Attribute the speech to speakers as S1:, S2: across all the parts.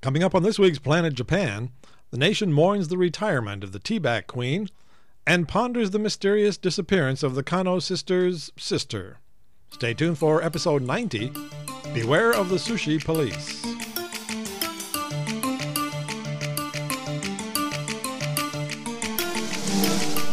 S1: Coming up on this week's Planet Japan, the nation mourns the retirement of the teaback queen and ponders the mysterious disappearance of the Kano sister's sister. Stay tuned for episode 90 Beware of the Sushi Police.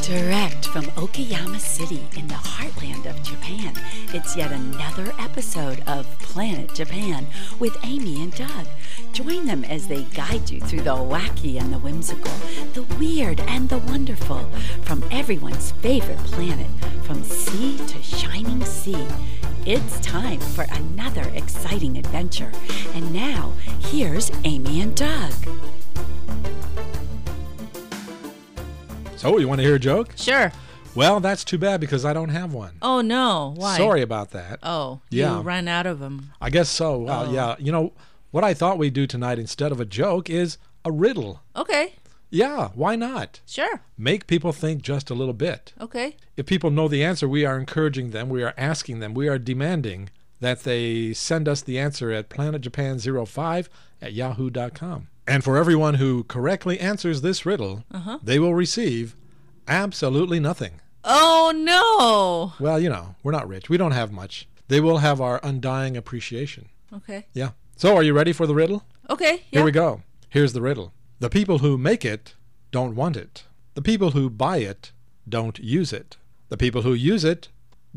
S2: Direct from Okayama City in the heartland of Japan, it's yet another episode of Planet Japan with Amy and Doug. Join them as they guide you through the wacky and the whimsical, the weird and the wonderful, from everyone's favorite planet, from sea to shining sea. It's time for another exciting adventure. And now, here's Amy and Doug.
S1: So, you want to hear a joke?
S3: Sure.
S1: Well, that's too bad because I don't have one.
S3: Oh no. Why?
S1: Sorry about that.
S3: Oh,
S1: Yeah.
S3: you ran out of them.
S1: I guess so. Well,
S3: Oh.
S1: yeah. You know, what I thought we'd do tonight instead of a joke is a riddle.
S3: Okay.
S1: Yeah, why not?
S3: Sure.
S1: Make people think just a little bit.
S3: Okay.
S1: If people know the answer, we are encouraging them, we are asking them, we are demanding that they send us the answer at planetjapan05 at yahoo.com. And for everyone who correctly answers this riddle, they will receive absolutely nothing.
S3: Oh no.
S1: Well, you know, we're not rich. We don't have much. They will have our undying appreciation.
S3: Okay.
S1: Yeah. So, are you ready for the riddle?
S3: Okay.
S1: Here
S3: Yeah.
S1: we go. Here's the riddle The people who make it don't want it. The people who buy it don't use it. The people who use it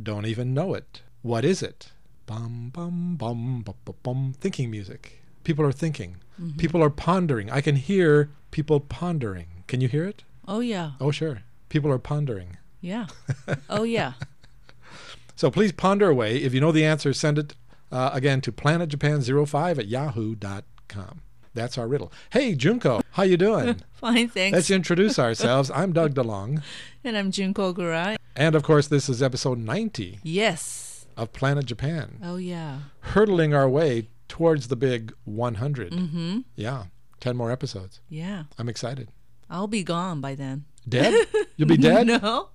S1: don't even know it. What is it? Bum, bum, bum, bum, bum, bum. Thinking music. People are thinking. People are pondering. I can hear people pondering. Can you hear it?
S3: Oh yeah.
S1: Oh, sure. People are pondering.
S3: Yeah. Oh yeah.
S1: So please ponder away. If you know the answer, send it uh, again to planetjapan05 at yahoo.com. That's our riddle. Hey, Junko, how you doing?
S3: Fine, thanks.
S1: Let's introduce ourselves. I'm Doug DeLong.
S3: and I'm Junko Garai.
S1: And of course, this is episode 90
S3: Yes.
S1: of Planet Japan,
S3: Oh yeah.
S1: hurtling our way towards the big 100. Mm-hmm. Yeah, 10 more episodes.
S3: Yeah.
S1: I'm excited.
S3: I'll be gone by then.
S1: Dead? You'll be dead?
S3: No.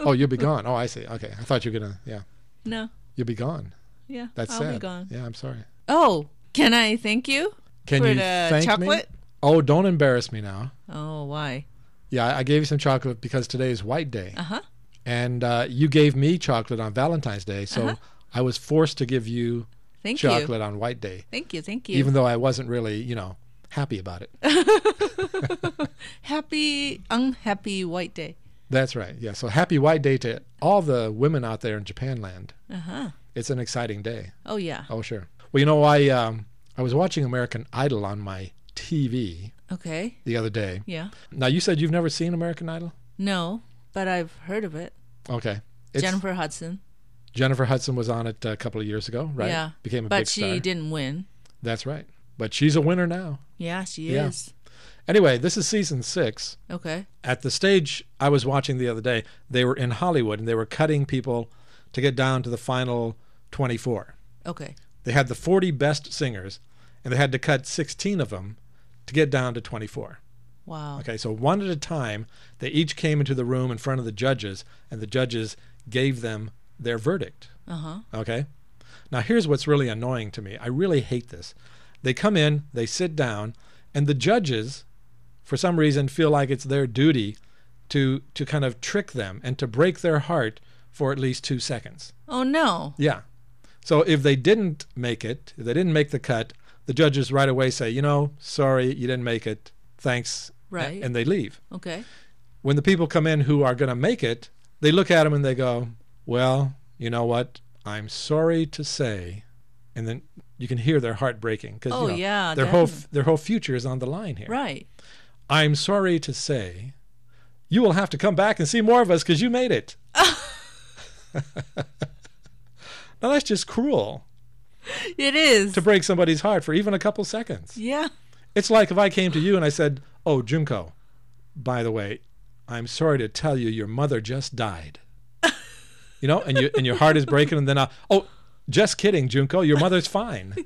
S1: Oh, you'll be gone. Oh, I see. Okay. I thought you were going to, yeah.
S3: No.
S1: You'll be gone.
S3: Yeah.
S1: That's
S3: I'll
S1: sad.
S3: be gone.
S1: Yeah, I'm sorry.
S3: Oh, can I thank you?
S1: Can
S3: For
S1: you
S3: the
S1: thank
S3: chocolate?
S1: me? Oh, don't embarrass me now.
S3: Oh, why?
S1: Yeah, I- I gave you some chocolate because today is White Day.
S3: Uh-huh.
S1: And uh, you gave me chocolate on Valentine's Day, so
S3: Uh-huh.
S1: I was forced to give you
S3: Thank you.
S1: chocolate on White Day,
S3: Thank you. Thank you.
S1: even though I wasn't really, you know, happy about it.
S3: happy unhappy white day.
S1: That's right. Yeah. So happy White Day to all the women out there in Japan land.
S3: Uh-huh.
S1: It's an exciting day.
S3: Oh yeah.
S1: Oh, sure. Well, you know, I um, I was watching American Idol on my TV
S3: Okay.
S1: the other day.
S3: Yeah.
S1: Now, you said you've never seen American Idol?
S3: No, but I've heard of it.
S1: Okay. It's,
S3: Jennifer Hudson.
S1: Jennifer Hudson was on it a couple of years ago, right?
S3: Yeah.
S1: Became a
S3: but
S1: big
S3: she
S1: star.
S3: didn't win.
S1: That's right. But she's a winner now.
S3: Yeah, she
S1: Yeah.
S3: is.
S1: Anyway, this is season six.
S3: Okay.
S1: At the stage I was watching the other day, they were in Hollywood and they were cutting people to get down to the final 24.
S3: Okay.
S1: They had the 40 best singers and they had to cut 16 of them to get down to 24.
S3: Wow.
S1: Okay, so one at a time, they each came into the room in front of the judges and the judges gave them their verdict.
S3: Uh-huh.
S1: Okay? Now, here's what's really annoying to me. I really hate this. They come in, they sit down, and the judges, for some reason, feel like it's their duty to, to kind of trick them and to break their heart for at least two seconds.
S3: Oh no.
S1: Yeah. So if they didn't make it, if they didn't make the cut, the judges right away say, you know, sorry, you didn't make it. Thanks. a-
S3: Right.
S1: And they leave.
S3: Okay.
S1: When the people come in who are going to make it, they look at them and they go, well, you know what? I'm sorry to say. And then you can hear their heart breaking because
S3: Oh,
S1: you know,
S3: yeah,
S1: their whole
S3: definitely.
S1: f- their whole future is on the line here.
S3: Right.
S1: I'm sorry to say, you will have to come back and see more of us because you made it. now that's just cruel
S3: It is.
S1: to break somebody's heart for even a couple seconds.
S3: yeah.
S1: It's like if I came to you and I said, "Oh, Junko, by the way, I'm sorry to tell you your mother just died." You know, and you and your heart is breaking, and then I, oh, just kidding, Junko, your mother's fine.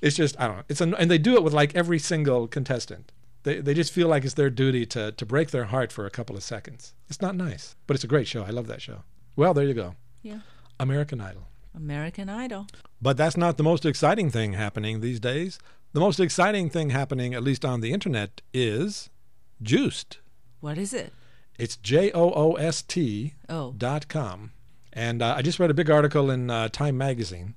S1: It's just I don't know. It's an, and they do it with like every single contestant. They they just feel like it's their duty to to break their heart for a couple of seconds. It's not nice, but it's a great show. I love that show. Well, there you go,
S3: Yeah.
S1: American Idol.
S3: American Idol.
S1: But that's not the most exciting thing happening these days. The most exciting thing happening, at least on the internet, is Juiced.
S3: What is it?
S1: It's J O O S T
S3: Oh.
S1: dot com. And uh, I just read a big article in uh, Time Magazine.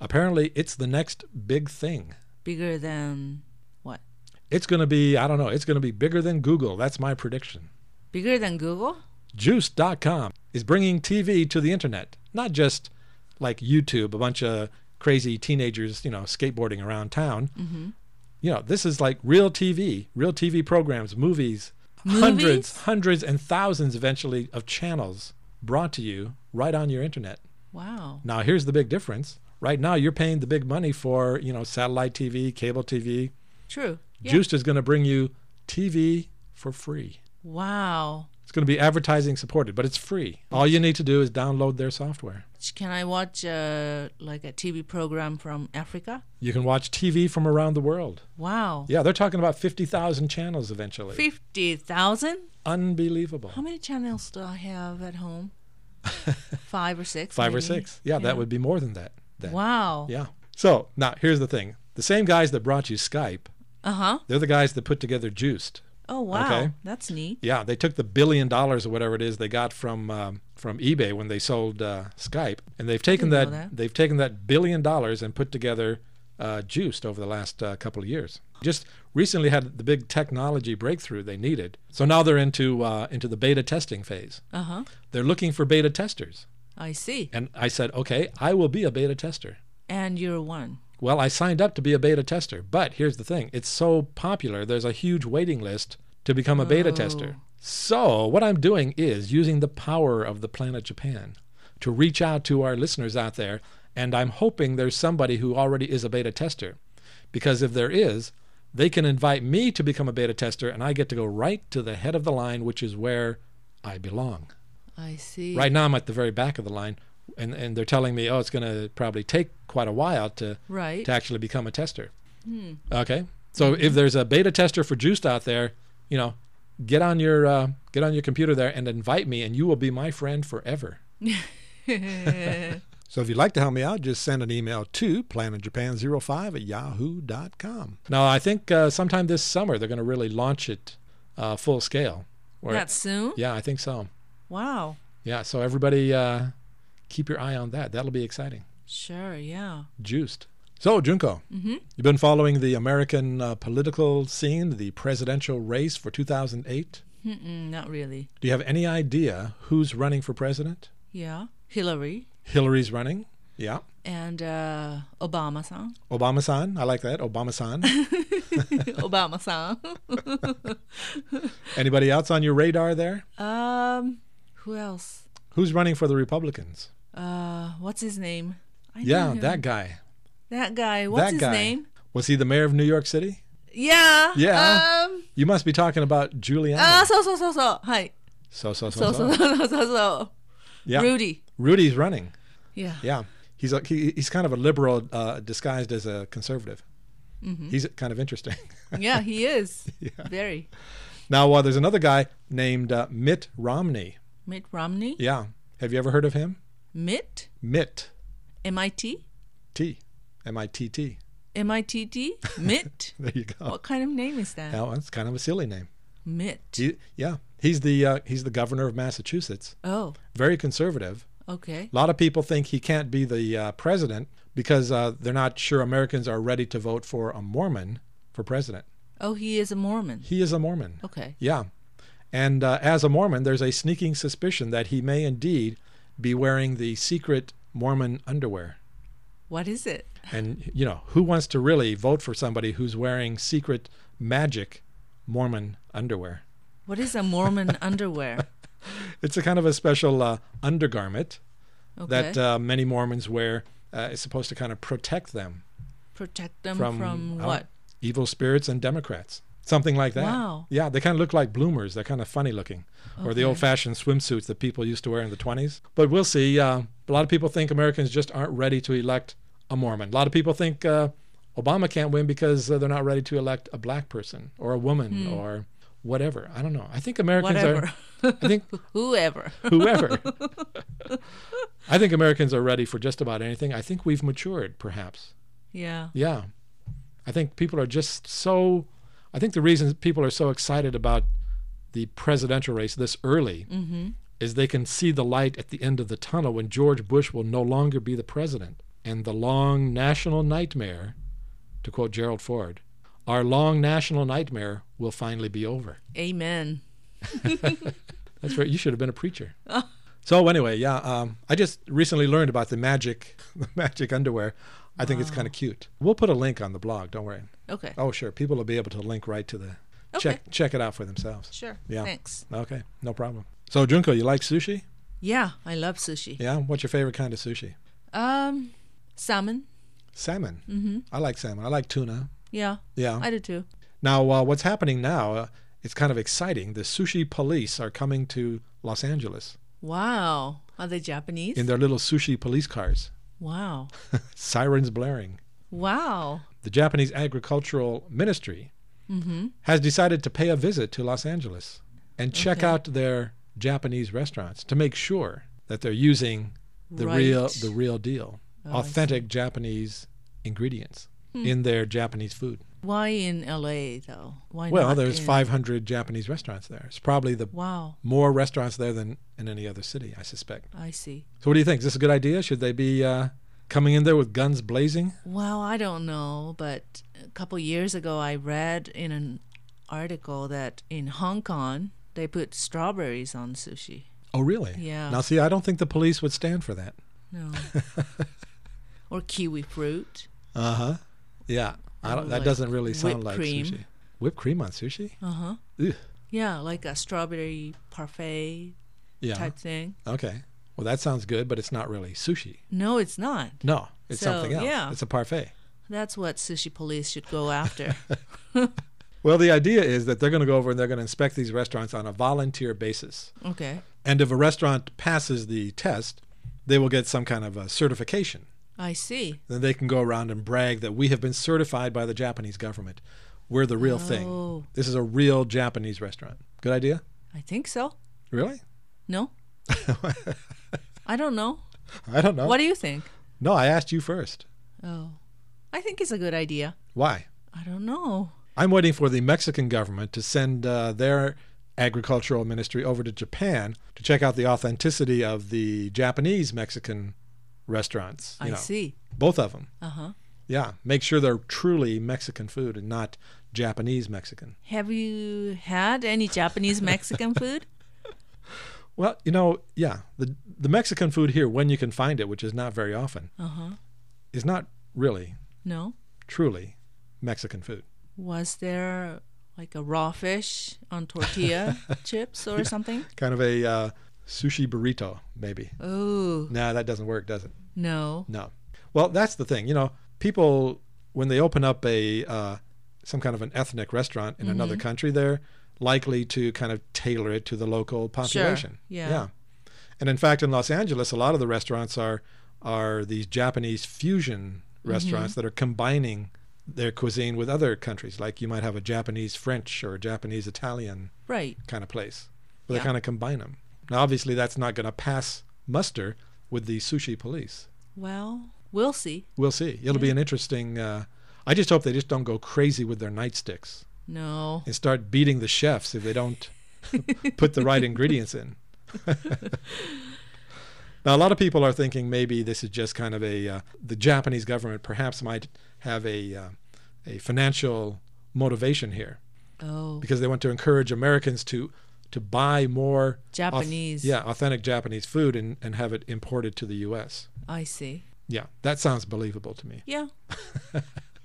S1: Apparently, it's the next big thing.
S3: Bigger than what?
S1: It's going to be, I don't know, it's going to be bigger than Google. That's my prediction.
S3: Bigger than Google?
S1: Juice.com is bringing TV to the internet, not just like YouTube, a bunch of crazy teenagers, you know, skateboarding around town. You know, this is like real TV, real TV programs, movies, hundreds,
S3: Movies?
S1: hundreds, and thousands eventually of channels brought to you right on your internet.
S3: Wow.
S1: Now, here's the big difference. Right now, you're paying the big money for, you know, satellite TV, cable TV.
S3: True. Yeah.
S1: Juiced is going to bring you TV for free.
S3: Wow.
S1: It's going to be advertising supported, but it's free. All you need to do is download their software.
S3: Can I watch uh, like a TV program from Africa?
S1: You can watch TV from around the world.
S3: Wow.
S1: Yeah, they're talking about 50,000 channels eventually.
S3: 50,000?
S1: Unbelievable.
S3: How many channels do I have at home? Five or six?
S1: Five or
S3: maybe?
S1: six. Yeah, that would be more than that. then.
S3: Wow.
S1: Yeah. So now here's the thing the same guys that brought you Skype,
S3: Uh huh.
S1: they're the guys that put together Juiced.
S3: Oh, wow.
S1: Okay.
S3: That's neat.
S1: Yeah, they took the billion dollars or whatever it is they got from um, from eBay when they sold uh, Skype, and they've taken
S3: Didn't
S1: that,
S3: know that.
S1: they've taken that billion dollars and put together uh, Juiced over the last uh, couple of years. Just recently had the big technology breakthrough they needed, so now they're into uh, into the beta testing phase.
S3: Uh huh.
S1: They're looking for beta testers,
S3: I see.
S1: and I said, okay, I will be a beta tester.
S3: And you're one.
S1: Well, I signed up to be a beta tester, but here's the thing it's so popular, there's a huge waiting list to become a beta
S3: Oh.
S1: tester. So, what I'm doing is using the power of the planet Japan to reach out to our listeners out there, and I'm hoping there's somebody who already is a beta tester. Because if there is, they can invite me to become a beta tester, and I get to go right to the head of the line, which is where I belong.
S3: I see.
S1: Right now, I'm at the very back of the line, and, and they're telling me, oh, it's going to probably take quite a while to
S3: Right.
S1: to actually become a tester. Okay, so if there's a beta tester for Juiced out there, you know, get on your uh, get on your computer there and invite me, and you will be my friend forever. So if you'd like to help me out, just send an email to planetjapan05 at yahoo.com. Now, I think uh, sometime this summer they're going to really launch it uh, full scale. Where-
S3: that soon?
S1: yeah, I think so.
S3: Wow.
S1: Yeah, so everybody uh, keep your eye on that. That'll be exciting.
S3: Sure. Yeah.
S1: Juiced. So, Junko, you've been following the American uh, political scene, the presidential race for 2008.
S3: Mm-mm, Mm, not really.
S1: Do you have any idea who's running for president?
S3: Yeah. Hillary
S1: Hillary's running. Yeah.
S3: and uh, Obama san.
S1: Obama san. I like that. Obama san.
S3: Obama san. Obama-san.
S1: Anybody else on your radar there?
S3: um, who else?
S1: Who's running for the Republicans?
S3: Uh, what's his name? I know
S1: Yeah,
S3: him.
S1: that guy.
S3: that guy. What's
S1: that
S3: his
S1: guy.
S3: name?
S1: Was he the mayor of New York City?
S3: Yeah.
S1: Yeah.
S3: Um.
S1: You must be talking about Giuliani.
S3: Ah, so so so so. Hi.
S1: so, so, so,
S3: So so so so so. so.
S1: Yeah.
S3: Rudy.
S1: Rudy's running.
S3: Yeah.
S1: Yeah, he's a, he, he's kind of a liberal uh, disguised as a conservative. He's kind of interesting.
S3: Yeah, he is. Very.
S1: now, uh, there's another guy named uh, Mitt Romney.
S3: Mitt Romney.
S1: Yeah, have you ever heard of him?
S3: Mitt.
S1: Mitt
S3: M I T.
S1: T, M I T T.
S3: M I T T. Mitt.
S1: There you go.
S3: What kind of name is that?
S1: Now that's kind of a silly name.
S3: Mitt.
S1: He, yeah, he's the uh, he's the governor of Massachusetts.
S3: Oh,
S1: Very conservative.
S3: okay.
S1: A lot of people think he can't be the uh, president because uh, they're not sure Americans are ready to vote for a Mormon for president.
S3: Oh, he is a Mormon.
S1: He is a Mormon.
S3: Okay.
S1: Yeah. And uh, as a Mormon, there's a sneaking suspicion that he may indeed be wearing the secret Mormon underwear.
S3: What is it?
S1: And, you know, who wants to really vote for somebody who's wearing secret magic Mormon underwear?
S3: What is a Mormon underwear?
S1: It's a kind of a special uh, undergarment
S3: Okay.
S1: that uh, many Mormons wear. Uh, it's supposed to kind of protect them
S3: Protect them
S1: from,
S3: from,
S1: uh,
S3: what?
S1: evil spirits and Democrats. Something like that.
S3: Wow.
S1: Yeah, they kind of look like bloomers. They're kind of funny looking, or the
S3: Okay.
S1: old-fashioned swimsuits that people used to wear in the 20s. But we'll see. Uh, a lot of people think Americans just aren't ready to elect a Mormon. A lot of people think uh, Obama can't win because uh, they're not ready to elect a black person or a woman or whatever. I don't know. I think Americans
S3: Hmm. Whatever.
S1: are. I think
S3: Whoever.
S1: whoever. I think Americans are ready for just about anything. I think we've matured, perhaps.
S3: yeah.
S1: Yeah. I think people are just so. I think the reason people are so excited about the presidential race this early is they can see the light at the end of the tunnel when George Bush will no longer be the president. And the long national nightmare, to quote Gerald Ford, our long national nightmare will finally be over.
S3: Amen.
S1: That's right. You should have been a preacher. so anyway, yeah, um, I just recently learned about the magic, the magic underwear. I think it's kind of cute. We'll put a link on the blog. Don't worry.
S3: Okay.
S1: Oh, sure. People will be able to link right to the
S3: Okay.
S1: check check it out for themselves.
S3: Sure.
S1: Yeah.
S3: Thanks.
S1: Okay. No problem. So Junko, you like sushi?
S3: Yeah, I love sushi.
S1: Yeah. What's your favorite kind of sushi?
S3: Um, salmon.
S1: Salmon. Mm-hmm. I like salmon. I like tuna.
S3: Yeah,
S1: Yeah.
S3: I do too.
S1: Now, uh, what's happening now? Uh, it's kind of exciting. The sushi police are coming to Los Angeles
S3: Wow. Are they Japanese?
S1: in their little sushi police cars,
S3: wow.
S1: sirens blaring.
S3: Wow.
S1: The Japanese Agricultural Ministry
S3: Mm-hmm.
S1: has decided to pay a visit to Los Angeles and check
S3: Okay.
S1: out their Japanese restaurants to make sure that they're using the real
S3: Right.
S1: the real deal,
S3: Oh, I see. Hmm.
S1: authentic Japanese ingredients in their Japanese food.
S3: Why in LA though? Why
S1: Well,
S3: not
S1: there's
S3: in-
S1: 500 Japanese restaurants there. It's probably the
S3: Wow.
S1: more restaurants there than in any other city, I suspect.
S3: I see.
S1: So, what do you think? Is this a good idea? Should they be uh, coming in there with guns blazing?
S3: Well, I don't know, but a couple years ago I read in an article that in Hong Kong they put strawberries on sushi.
S1: Oh, really?
S3: Yeah.
S1: Now, see, I don't think the police would stand for that.
S3: No. or kiwi fruit.
S1: Uh huh. Yeah. I don't,
S3: Or
S1: that
S3: like
S1: doesn't really sound
S3: whipped
S1: like
S3: cream.
S1: sushi. Whipped cream on sushi?
S3: Uh-huh.
S1: Ugh.
S3: Yeah, like a strawberry parfait
S1: Yeah.
S3: type thing.
S1: Okay. Well, that sounds good, but it's not really sushi.
S3: No, it's not.
S1: No, it's
S3: So,
S1: something else.
S3: yeah.
S1: It's a parfait.
S3: That's what sushi police should go after.
S1: Well, the idea is that they're going to go over and they're going to inspect these restaurants on a volunteer basis.
S3: okay.
S1: And if a restaurant passes the test, they will get some kind of a certification.
S3: I see.
S1: Then they can go around and brag that we have been certified by the Japanese government. We're the real
S3: Oh.
S1: thing. This is a real Japanese restaurant. Good idea?
S3: I think so.
S1: Really?
S3: No? I don't know.
S1: I don't know.
S3: What do you think?
S1: no, I asked you first.
S3: Oh. I think it's a good idea.
S1: Why?
S3: I don't know.
S1: I'm waiting for the Mexican government to send uh, their agricultural ministry over to Japan to check out the authenticity of the Japanese Mexican restaurants. you
S3: I
S1: know,
S3: see.
S1: Both of them.
S3: Uh-huh.
S1: Yeah, make sure they're truly Mexican food and not Japanese Mexican.
S3: Have you had any Japanese Mexican food?
S1: Well, you know, yeah, the the Mexican food here when you can find it, which is not very often,
S3: Uh-huh.
S1: is not really
S3: No.
S1: truly Mexican food.
S3: Was there like a raw fish on tortilla chips or something?
S1: Kind of a uh, sushi burrito, maybe.
S3: Oh,
S1: Nah, that doesn't work, does it?
S3: no.
S1: No. Well, that's the thing. You know, people when they open up a uh, some kind of an ethnic restaurant in another country, they're likely to kind of tailor it to the local population.
S3: Yeah.
S1: And in fact, in Los Angeles, a lot of the restaurants are are these Japanese fusion restaurants that are combining their cuisine with other countries. Like you might have a Japanese French or a Japanese Italian
S3: Right.
S1: kind of place. Where
S3: Yeah.
S1: They kind of combine them. Now, obviously, that's not going to pass muster with the sushi police
S3: Well, we'll see.
S1: we'll see. It'll be an interesting. Uh, I just hope they just don't go crazy with their nightsticks
S3: No.
S1: and start beating the chefs if they don't put the right ingredients in. now, a lot of people are thinking maybe this is just kind of a uh, the Japanese government perhaps might have a uh, a financial motivation here
S3: Oh,
S1: because they want to encourage Americans to to buy more auth-
S3: Japanese.
S1: yeah, authentic Japanese food and, and have it imported to the U.S.
S3: I see.
S1: Yeah, that sounds believable to me.
S3: Yeah.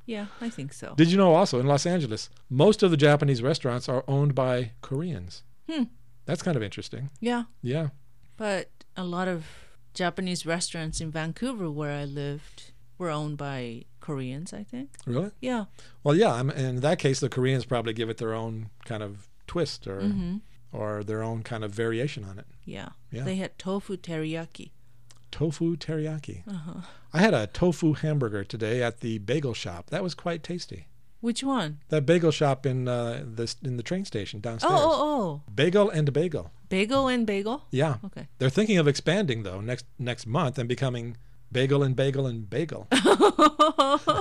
S3: yeah, I think so.
S1: Did you know also in Los Angeles, most of the Japanese restaurants are owned by Koreans?
S3: Hmm.
S1: That's kind of interesting.
S3: Yeah,
S1: Yeah.
S3: but a lot of Japanese restaurants in Vancouver where I lived were owned by Koreans, I think.
S1: Really?
S3: Yeah.
S1: Well, yeah. I'm, in that case, the Koreans probably give it their own kind of twist or
S3: Mhm.
S1: or their own kind of variation on it.
S3: Yeah.
S1: Yeah.
S3: They had tofu teriyaki.
S1: Tofu teriyaki.
S3: Uh-huh.
S1: I had a tofu hamburger today at the bagel shop. That was quite tasty.
S3: Which one?
S1: That bagel shop in uh, the in the train station downstairs.
S3: Oh, oh, oh.
S1: Bagel and bagel.
S3: Bagel and bagel?
S1: Yeah.
S3: Okay.
S1: They're thinking of expanding though next next month and becoming bagel and bagel and bagel.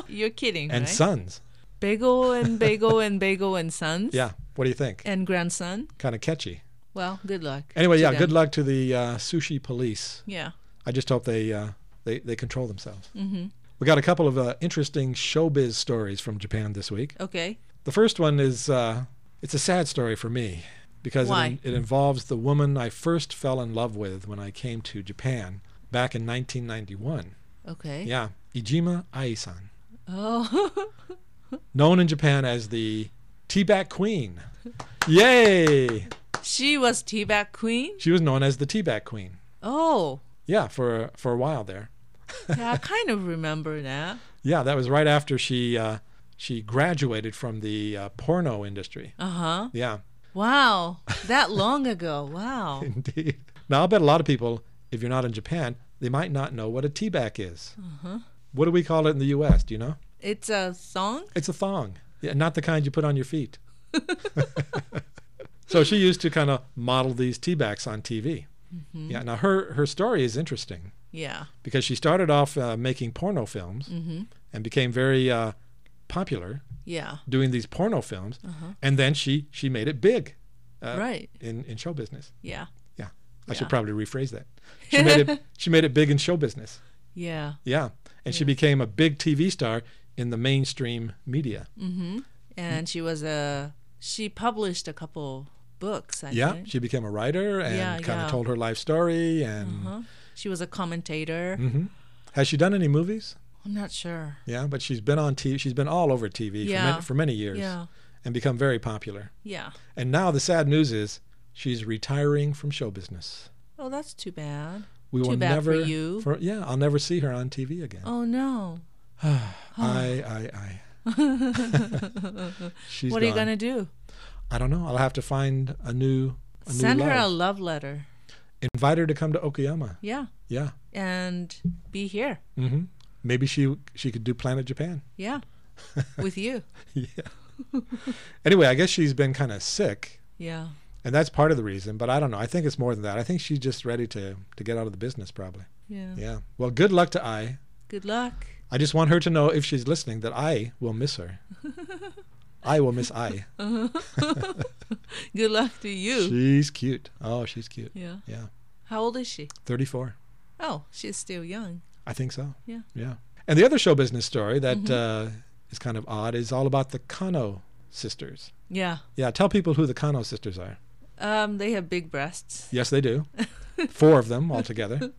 S3: You're kidding,
S1: and
S3: right?
S1: sons.
S3: Bagel and Bagel and Bagel and Sons.
S1: Yeah. What do you think?
S3: And grandson.
S1: Kind of catchy.
S3: Well, good luck.
S1: Anyway,
S3: to
S1: yeah.
S3: them.
S1: Good luck to the uh, sushi police.
S3: Yeah.
S1: I just hope they uh, they they control themselves. Mm-hmm. We got a couple of uh, interesting showbiz stories from Japan this week.
S3: Okay.
S1: The first one is uh, it's a sad story for me because
S3: Why?
S1: it, it involves the woman I first fell in love with when I came to Japan back in 1991.
S3: Okay.
S1: Yeah, Ijima Ai-san,
S3: Oh.
S1: known in Japan as the Teabag Queen. Yay!
S3: she was teabag queen.
S1: She was known as the Teabag Queen.
S3: Oh.
S1: Yeah, for for a while there.
S3: Yeah, I kind of remember that.
S1: Yeah, that was right after she uh, she graduated from the uh, porno industry.
S3: Uh huh.
S1: Yeah,
S3: Wow. That long ago. Wow.
S1: Indeed. Now, I'll bet a lot of people, if you're not in Japan, they might not know what a teabag is. What do we call it in the U.S.? Do you know?
S3: It's a song.
S1: It's a thong, yeah, not the kind you put on your feet. so she used to kind of model these teabags on TV. Yeah. Now her her story is interesting
S3: Yeah.
S1: because she started off uh, making porno films and became very uh, popular
S3: Yeah.
S1: doing these porno films, and then she she made it big Uh,
S3: right.
S1: in in show business.
S3: Yeah.
S1: Yeah. I
S3: Yeah.
S1: should probably rephrase that. She made it she made it big in show business.
S3: Yeah.
S1: Yeah. And she became a big TV star in the mainstream media.
S3: Mm-hmm. And she was a. She published a couple books. I
S1: Yeah.
S3: Think.
S1: She became a writer and
S3: Yeah,
S1: kind of
S3: yeah. Uh-huh.
S1: told her life story and
S3: Huh? She was a commentator.
S1: Mm-hmm. has she done any movies?
S3: I'm not sure.
S1: Yeah, but she's been on TV. She's been all over TV for,
S3: Yeah.
S1: many, for many years
S3: Yeah.
S1: and become very popular.
S3: Yeah.
S1: And now the sad news is she's retiring from show business.
S3: Oh, that's too bad.
S1: We
S3: Too
S1: will
S3: bad for
S1: never
S3: you.
S1: for- yeah, I'll never see her on TV again.
S3: Oh no.
S1: I I I She's
S3: what are you
S1: gone.
S3: gonna do?
S1: I don't know. I'll have to find a new. A new
S3: Send her a
S1: love.
S3: love letter.
S1: Invite her to come to Okayama.
S3: Yeah.
S1: Yeah.
S3: And be here.
S1: hmm Maybe she she could do Planet Japan.
S3: Yeah. With you.
S1: yeah. anyway, I guess she's been kind of sick,
S3: Yeah.
S1: and that's part of the reason. But I don't know. I think it's more than that. I think she's just ready to to get out of the business, probably.
S3: Yeah.
S1: Yeah. Well, good luck to I.
S3: Good luck.
S1: I just want her to know if she's listening that I will miss her. I will miss I.
S3: Good luck to you.
S1: She's cute. Oh, she's cute.
S3: yeah.
S1: Yeah.
S3: How old is she?
S1: Thirty four.
S3: Oh, she's still young.
S1: I think so.
S3: Yeah. Mm-hmm.
S1: Yeah. And the other show business story that uh, is kind of odd is all about the Kano sisters.
S3: Yeah.
S1: Yeah, tell people who the Kano sisters are.
S3: Um, they have big breasts.
S1: Yes, they do. Four of them altogether.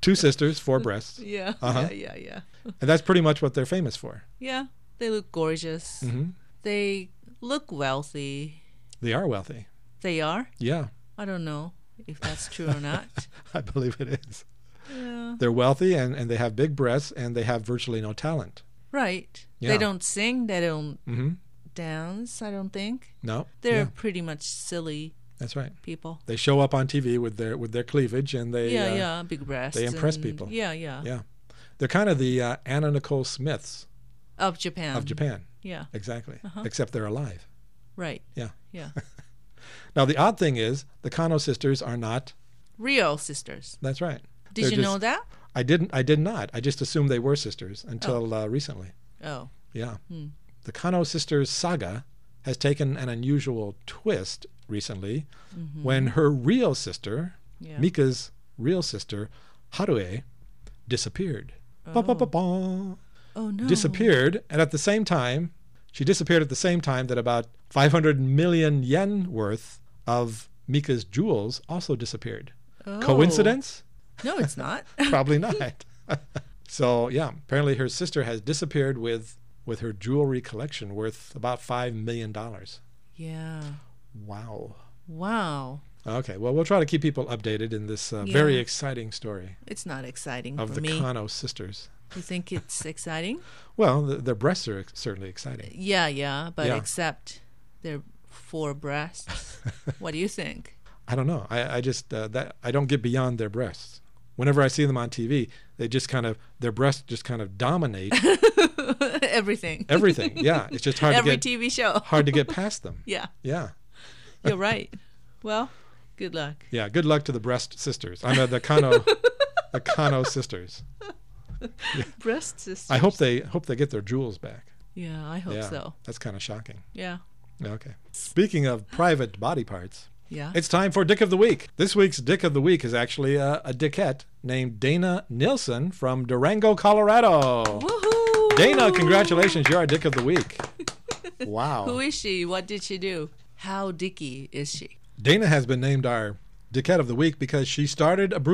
S1: Two sisters, four breasts.
S3: Yeah.
S1: Uh-huh.
S3: Yeah, yeah, yeah.
S1: And that's pretty much what they're famous for.
S3: Yeah. They look gorgeous.
S1: hmm
S3: They look wealthy.
S1: They are wealthy.
S3: They are.
S1: Yeah,
S3: I don't know if that's true or not.
S1: I believe it is.
S3: Yeah.
S1: They're wealthy and, and they have big breasts and they have virtually no talent.
S3: Right.
S1: Yeah.
S3: They don't sing, they don't
S1: hmm
S3: dance, I don't think.
S1: No.
S3: They're
S1: Yeah,
S3: pretty much silly
S1: that's right.
S3: people.
S1: They show up on TV with their with their cleavage and they
S3: yeah,
S1: uh,
S3: yeah, big breasts.
S1: impress
S3: and-
S1: people.
S3: Yeah, yeah,
S1: yeah. They're kind of the uh, Anna Nicole Smiths
S3: Of Japan.
S1: of Japan.
S3: Yeah,
S1: Exactly.
S3: Uh-huh.
S1: Except they're alive.
S3: right.
S1: Yeah.
S3: Yeah.
S1: Now the odd thing is the Kano sisters are not.
S3: Real sisters.
S1: That's right.
S3: Did
S1: They're
S3: you know
S1: just-
S3: that?
S1: I didn't. I did not. I just assumed they were sisters until uh, recently.
S3: Oh,
S1: Yeah. The Kano sisters saga has taken an unusual twist recently, when her real sister,
S3: Mm-hmm. Yeah.
S1: Mika's real sister, Harue, disappeared. Ba-ba-ba-ba.
S3: oh no.
S1: Disappeared, and at the same time, she disappeared at the same time that about 500 million yen worth of Mika's jewels also disappeared.
S3: Oh.
S1: Coincidence?
S3: No, it's not.
S1: Probably not. so yeah, apparently her sister has disappeared with with her jewelry collection worth about five million dollars.
S3: yeah.
S1: Wow.
S3: Wow.
S1: Okay, well we'll try to keep people updated in this uh,
S3: Yeah.
S1: very exciting story
S3: It's not exciting
S1: of
S3: for
S1: the
S3: me.
S1: Kano sisters.
S3: you think it's exciting?
S1: Well, the, their breasts are ex- certainly exciting.
S3: Yeah, yeah, but
S1: Yeah.
S3: except they're four breasts. what do you think?
S1: I don't know. I, I just uh, that I don't get beyond their breasts. Whenever I see them on TV, they just kind of their breasts just kind of dominate
S3: Everything.
S1: everything. yeah, it's just hard to
S3: Every
S1: get
S3: TV show.
S1: hard to get past them.
S3: Yeah,
S1: Yeah.
S3: you're right. well, good luck.
S1: Yeah, good luck to the breast sisters. I'm uh, the Kano, the Kano sisters.
S3: Breast sisters.
S1: I hope they hope they get their jewels back.
S3: Yeah, I hope
S1: yeah,
S3: so.
S1: that's kind of shocking.
S3: Yeah.
S1: Okay. Speaking of private body parts,
S3: Yeah.
S1: it's time for Dick of the Week. This week's Dick of the Week is actually uh, a, a dickette named Dana Nilsson from Durango, Colorado.
S3: Woohoo!
S1: Dana, congratulations. You're our Dick of the Week. Wow.
S3: Who is she? What did she do? How dicky is she?
S1: Dana has been named our Dickhead of the Week because she started a
S3: Uh-huh.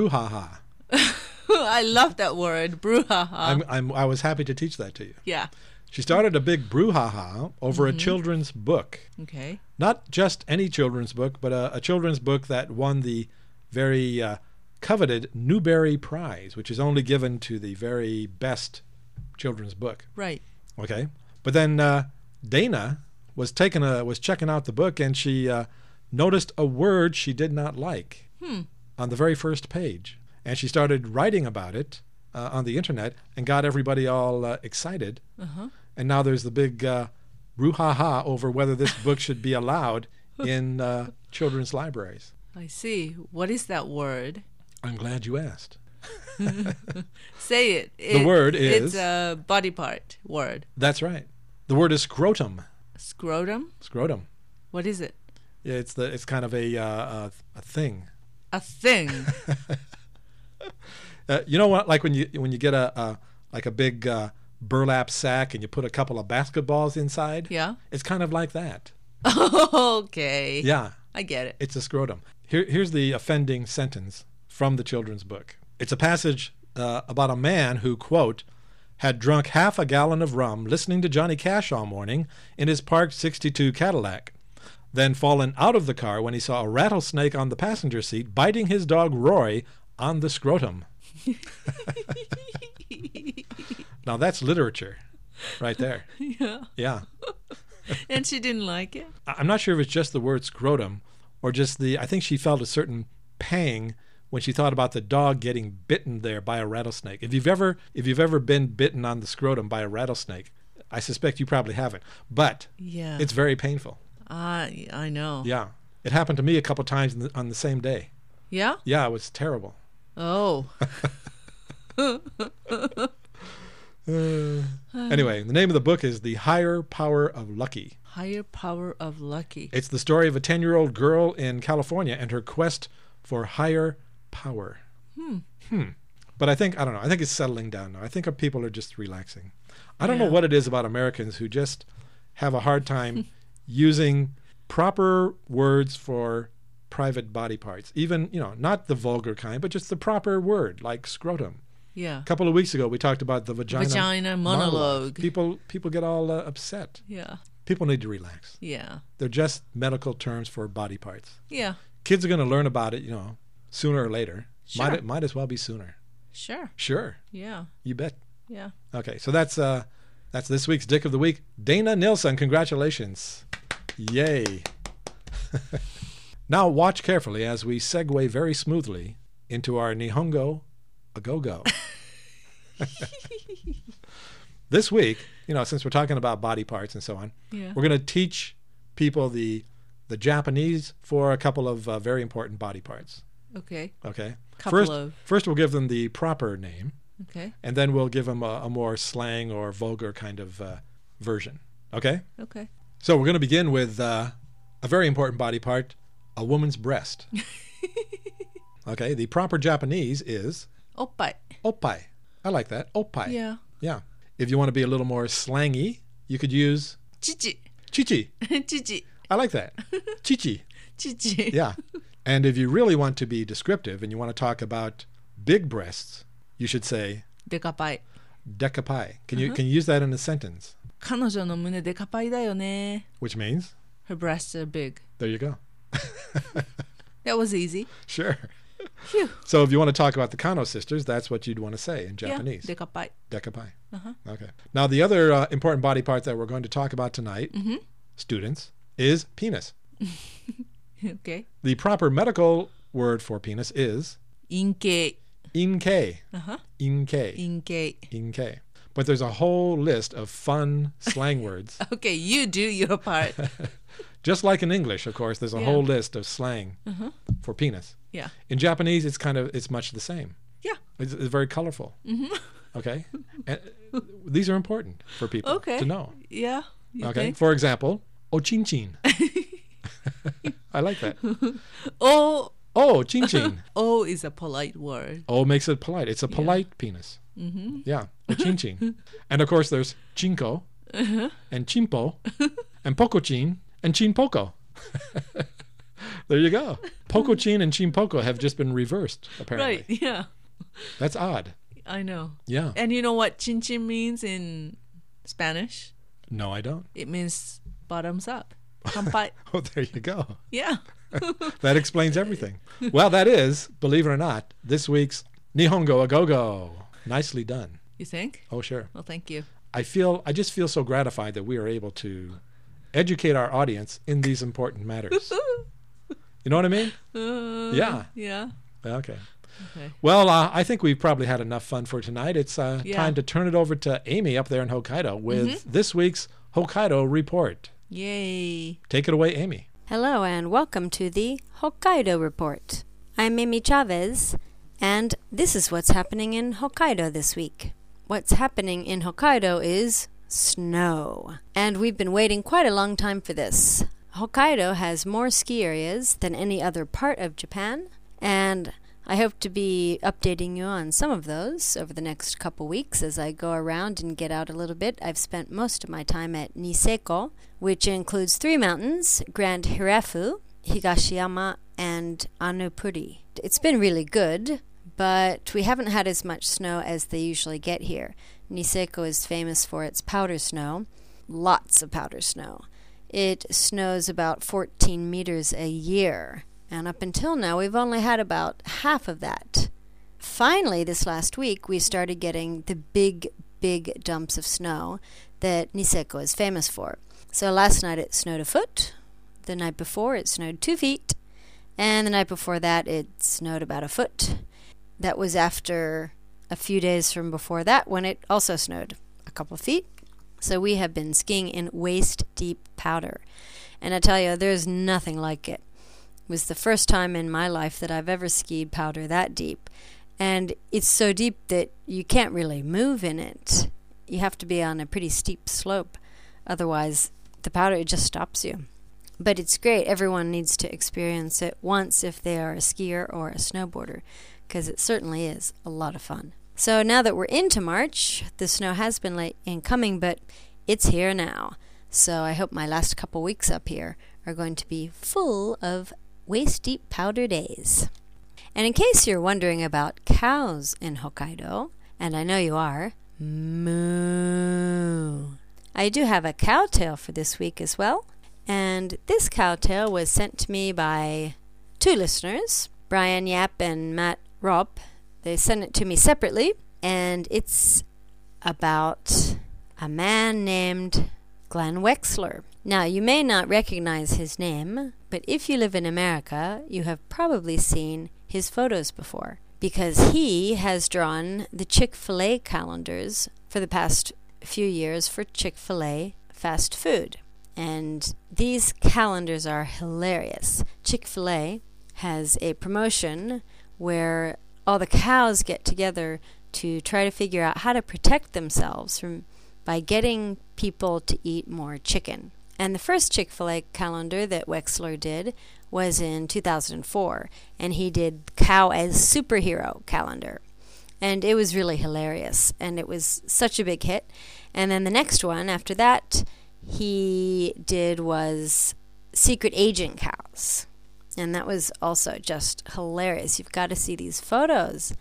S1: brouhaha.
S3: I love that word, brouhaha.
S1: I'm, I'm, I was happy to teach that to you.
S3: Yeah.
S1: She started a big brouhaha over
S3: Mm-hmm.
S1: a children's book.
S3: Okay.
S1: Not just any children's book, but a, a children's book that won the very uh, coveted Newbery Prize, which is only given to the very best children's book.
S3: Right.
S1: Okay. But then uh, Dana was taking a was checking out the book and she uh, noticed a word she did not like on the very first page, and she started writing about it uh, on the internet and got everybody all uh, excited. And now there's the big uh, brouhaha over whether this book should be allowed in uh, children's libraries.
S3: I see. What is that word?
S1: I'm glad you asked.
S3: Say it. It-
S1: word is-
S3: It's a body part word.
S1: That's right. The word is scrotum.
S3: Scrotum?
S1: Scrotum.
S3: What is it?
S1: Yeah, it's the it's kind of a uh, a, a thing.
S3: A thing.
S1: Uh, you know what? Like when you when you get a, a like a big uh, burlap sack and you put a couple of basketballs inside.
S3: Yeah.
S1: It's kind of like that.
S3: okay.
S1: Yeah,
S3: I get it.
S1: it's a scrotum. Here, here's the offending sentence from the children's book. It's a passage uh, about a man who quote had drunk half a gallon of rum listening to Johnny Cash all morning in his parked 62 Cadillac, then fallen out of the car when he saw a rattlesnake on the passenger seat biting his dog Roy on the scrotum. Now that's literature right there.
S3: yeah.
S1: Yeah.
S3: And she didn't like it?
S1: I- I'm not sure if it's just the word scrotum or just the, I think she felt a certain pang when she thought about the dog getting bitten there by a rattlesnake. If you've ever, if you've ever been bitten on the scrotum by a rattlesnake, I suspect you probably haven't, but
S3: Yeah.
S1: it's very painful.
S3: I I know.
S1: Yeah. It happened to me a couple times in the, on the same day.
S3: Yeah?
S1: Yeah, it was terrible.
S3: Oh.
S1: Anyway, the name of the book is The Higher Power of Lucky.
S3: Higher power of lucky.
S1: It's the story of a 10 year old girl in California and her quest for higher power. Hmm. But I think, I don't know, I think it's settling down now. I think our people are just relaxing. I don't know
S3: Yeah.
S1: what it is about Americans who just have a hard time using proper words for private body parts, even, you know, not the vulgar kind, but just the proper word, like scrotum.
S3: Yeah.
S1: A couple of weeks ago, we talked about the vagina,
S3: Vagina monologue.
S1: People, people get all uh, upset.
S3: Yeah.
S1: People need to relax
S3: Yeah.
S1: they're just medical terms for body parts.
S3: Yeah.
S1: Kids are going to learn about it, you know, sooner or later.
S3: Sure.
S1: Might might as well be sooner.
S3: Sure.
S1: Sure,
S3: Yeah.
S1: you bet.
S3: Yeah.
S1: Okay, so that's uh, that's this week's Dick of the Week. Dana Nilsson, congratulations! Yay! now watch carefully as we segue very smoothly into our Nihongo a go go. this week, you know, since we're talking about body parts and so on,
S3: Yeah.
S1: we're going to teach people the the Japanese for a couple of uh, very important body parts.
S3: Okay.
S1: Okay.
S3: Couple
S1: first,
S3: of.
S1: first we'll give them the proper name,
S3: Okay.
S1: and then we'll give them a, a more slang or vulgar kind of uh, version. Okay.
S3: Okay.
S1: So we're going to begin with uh, a very important body part, a woman's breast. okay. The proper Japanese is
S3: Oppai.
S1: oppai. I like that. Oppai.
S3: Yeah.
S1: Yeah. If you want to be a little more slangy, you could use
S3: Chichi.
S1: chichi.
S3: Chichi.
S1: I like that. chichi.
S3: Chichi.
S1: Yeah. And if you really want to be descriptive and you want to talk about big breasts, you should say
S3: でかぱい。
S1: decapai. Can
S3: Mm-hmm.
S1: you can you use that in a sentence?
S3: 彼女の胸でかぱいだよね。
S1: Which means
S3: Her breasts are big.
S1: there you go.
S3: That was easy.
S1: Sure.
S3: Phew.
S1: So if you want to talk about the Kano sisters, that's what you'd want to say in
S3: Yeah. Uh-huh.
S1: Japanese.
S3: でかぱい。
S1: decapai. Okay. Now the other uh, important body part that we're going to talk about tonight,
S3: Mm-hmm.
S1: students, is penis.
S3: Okay.
S1: The proper medical word for penis is
S3: 陰茎。
S1: inke.
S3: あは
S1: Inke.
S3: 陰茎。
S1: Inke. But there's a whole list of fun slang words.
S3: Okay, you do your part.
S1: Just like in English, of course, there's a
S3: Yeah. Mm-hmm.
S1: whole list of slang for penis.
S3: Yeah.
S1: In Japanese, it's kind of it's much the same.
S3: Yeah.
S1: It's, it's very colorful.
S3: Mm-hmm.
S1: Okay, and uh, these are important for people
S3: Okay.
S1: to know.
S3: Yeah. You
S1: Okay,
S3: think?
S1: for example, oh chin chin. I like that.
S3: Oh,
S1: Oh chin chin.
S3: oh is a polite word.
S1: Oh makes it polite. It's a polite penis. Mm-hmm. Yeah, oh chin chin. and of course, there's chinko and chimpo and poco chin and chin poco. there you go. Poco chin and chin poco have just been reversed. Apparently,
S3: Right. Yeah.
S1: that's odd.
S3: I know.
S1: Yeah.
S3: And you know what chin chin means in Spanish?
S1: No, I don't.
S3: It means bottoms up. Kampai.
S1: Oh, there you go.
S3: yeah.
S1: That explains everything. Well, that is, believe it or not, this week's Nihongo a Go Go. Nicely done.
S3: You think?
S1: Oh, sure.
S3: Well, thank you.
S1: I feel I just feel so gratified that we are able to educate our audience in these important matters. You know what I mean?
S3: Uh,
S1: Yeah.
S3: Yeah.
S1: Okay.
S3: Okay.
S1: Well, uh, I think we've probably had enough fun for tonight. It's uh,
S3: Yeah. Mm-hmm.
S1: time to turn it over to Amy up there in Hokkaido with this week's Hokkaido report.
S3: Yay.
S1: Take it away, Amy.
S4: Hello and welcome to the Hokkaido Report. I'm Amy Chavez, and this is what's happening in Hokkaido this week. What's happening in Hokkaido is snow, and we've been waiting quite a long time for this. Hokkaido has more ski areas than any other part of Japan, and I hope to be updating you on some of those over the next couple weeks as I go around and get out a little bit. I've spent most of my time at Niseko, which includes three mountains Grand Hirefu, Higashiyama, and Anupuri. It's been really good, but we haven't had as much snow as they usually get here. Niseko is famous for its powder snow, lots of powder snow. It snows about 14 meters a year, and up until now, we've only had about half of that. Finally, this last week, we started getting the big, big dumps of snow that Niseko is famous for. So last night it snowed a foot, the night before it snowed two feet, and the night before that it snowed about a foot. That was after a few days from before that when it also snowed a couple feet. So we have been skiing in waist deep powder. And I tell you, there's nothing like it. It was the first time in my life that I've ever skied powder that deep. And it's so deep that you can't really move in it. You have to be on a pretty steep slope. Otherwise, the powder it just stops you. But it's great. Everyone needs to experience it once if they are a skier or a snowboarder, because it certainly is a lot of fun. So now that we're into March, the snow has been late in coming, but it's here now. So I hope my last couple weeks up here are going to be full of waist deep powder days. And in case you're wondering about cows in Hokkaido, and I know you are, moo. I do have a cow tale for this week as well. And this cow tale was sent to me by two listeners, Brian Yap and Matt Robb. They sent it to me separately, and it's about a man named Glenn Wexler. Now, you may not recognize his name, but if you live in America, you have probably seen his photos before because he has drawn the Chick fil A calendars for the past few years for Chick fil A fast food. And these calendars are hilarious. Chick fil A has a promotion where all the cows get together to try to figure out how to protect themselves from by getting people to eat more chicken. And the first Chick fil A calendar that Wexler did was in 2004, and he did Cow as Superhero calendar. And it was really hilarious, and it was such a big hit. And then the next one after that he did was Secret Agent Cows. And that was also just hilarious. You've got to see these photos.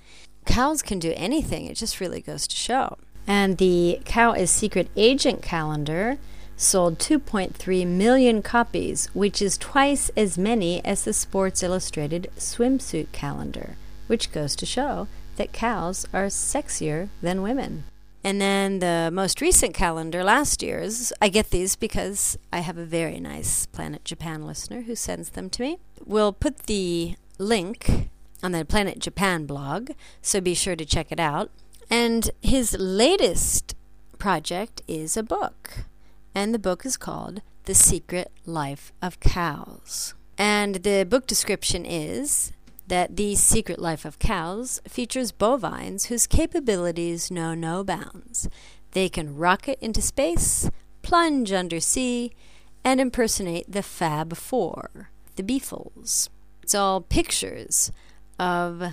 S4: Cows can do anything, it just really goes to show. And the Cow is Secret Agent calendar sold 2.3 million copies, which is twice as many as the Sports Illustrated swimsuit calendar, which goes to show that cows are sexier than women. And then the most recent calendar, last year's, I get these because I have a very nice Planet Japan listener who sends them to me. We'll put the link on the Planet Japan blog, so be sure to check it out. And his latest project is a book, and the book is called The Secret Life of Cows. And the book description is that The Secret Life of Cows features bovines whose capabilities know no bounds. They can rocket into space, plunge undersea, and impersonate the Fab Four, the Beefles. It's all pictures of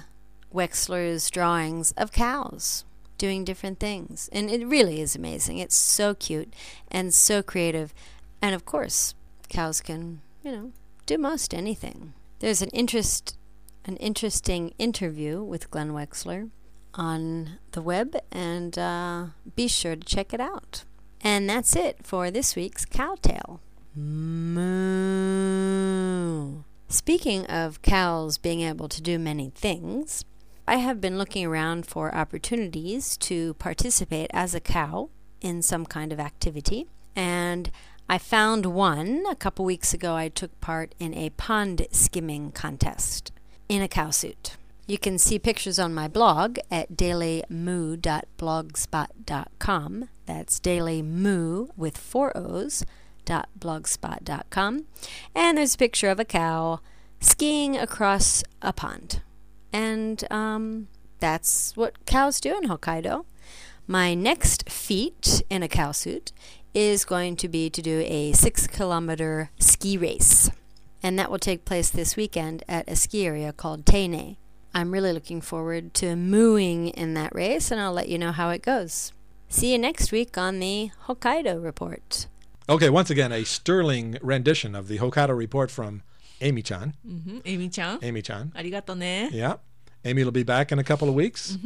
S4: Wexler's drawings of cows doing different things. And it really is amazing. It's so cute and so creative. And of course, cows can, you know, do most anything. There's an interest an interesting interview with Glenn Wexler on the web and uh, be sure to check it out. And that's it for this week's Cowtail. Moo. Speaking of cows being able to do many things, I have been looking around for opportunities to participate as a cow in some kind of activity, and I found one. A couple weeks ago, I took part in a pond skimming contest in a cowsuit. You can see pictures on my blog at dailymoo.blogspot.com. That's dailymoo with four O's dot blogspot.com. And there's a picture of a cow skiing across a pond. And um, that's what cows do in Hokkaido. My next feat in a cowsuit is going to be to do a six kilometer ski race and that will take place this weekend at a ski area called Taine. I'm really looking forward to mooing in that race, and I'll let you know how it goes. See you next week on the Hokkaido Report.
S1: Okay, once again, a sterling rendition of the Hokkaido report from Amy Chan.
S3: Amy-chan,
S1: Amy Chan.
S3: Mm, arigato ne.
S1: Yeah. Amy will be back in a couple of weeks.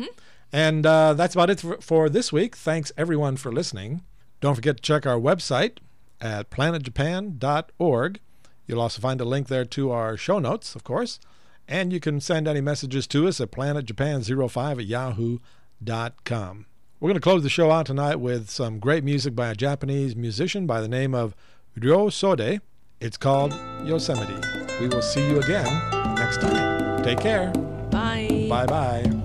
S1: And uh, that's about it for, for this week. Thanks, everyone, for listening. Don't forget to check our website at planetjapan.org. You'll also find a link there to our show notes, of course. And you can send any messages to us at planetjapan05 at yahoo.com. We're going to close the show out tonight with some great music by a Japanese musician by the name of Ryo Sode. It's called Yosemite. We will see you again next time. Take care.
S3: Bye.
S1: Bye bye.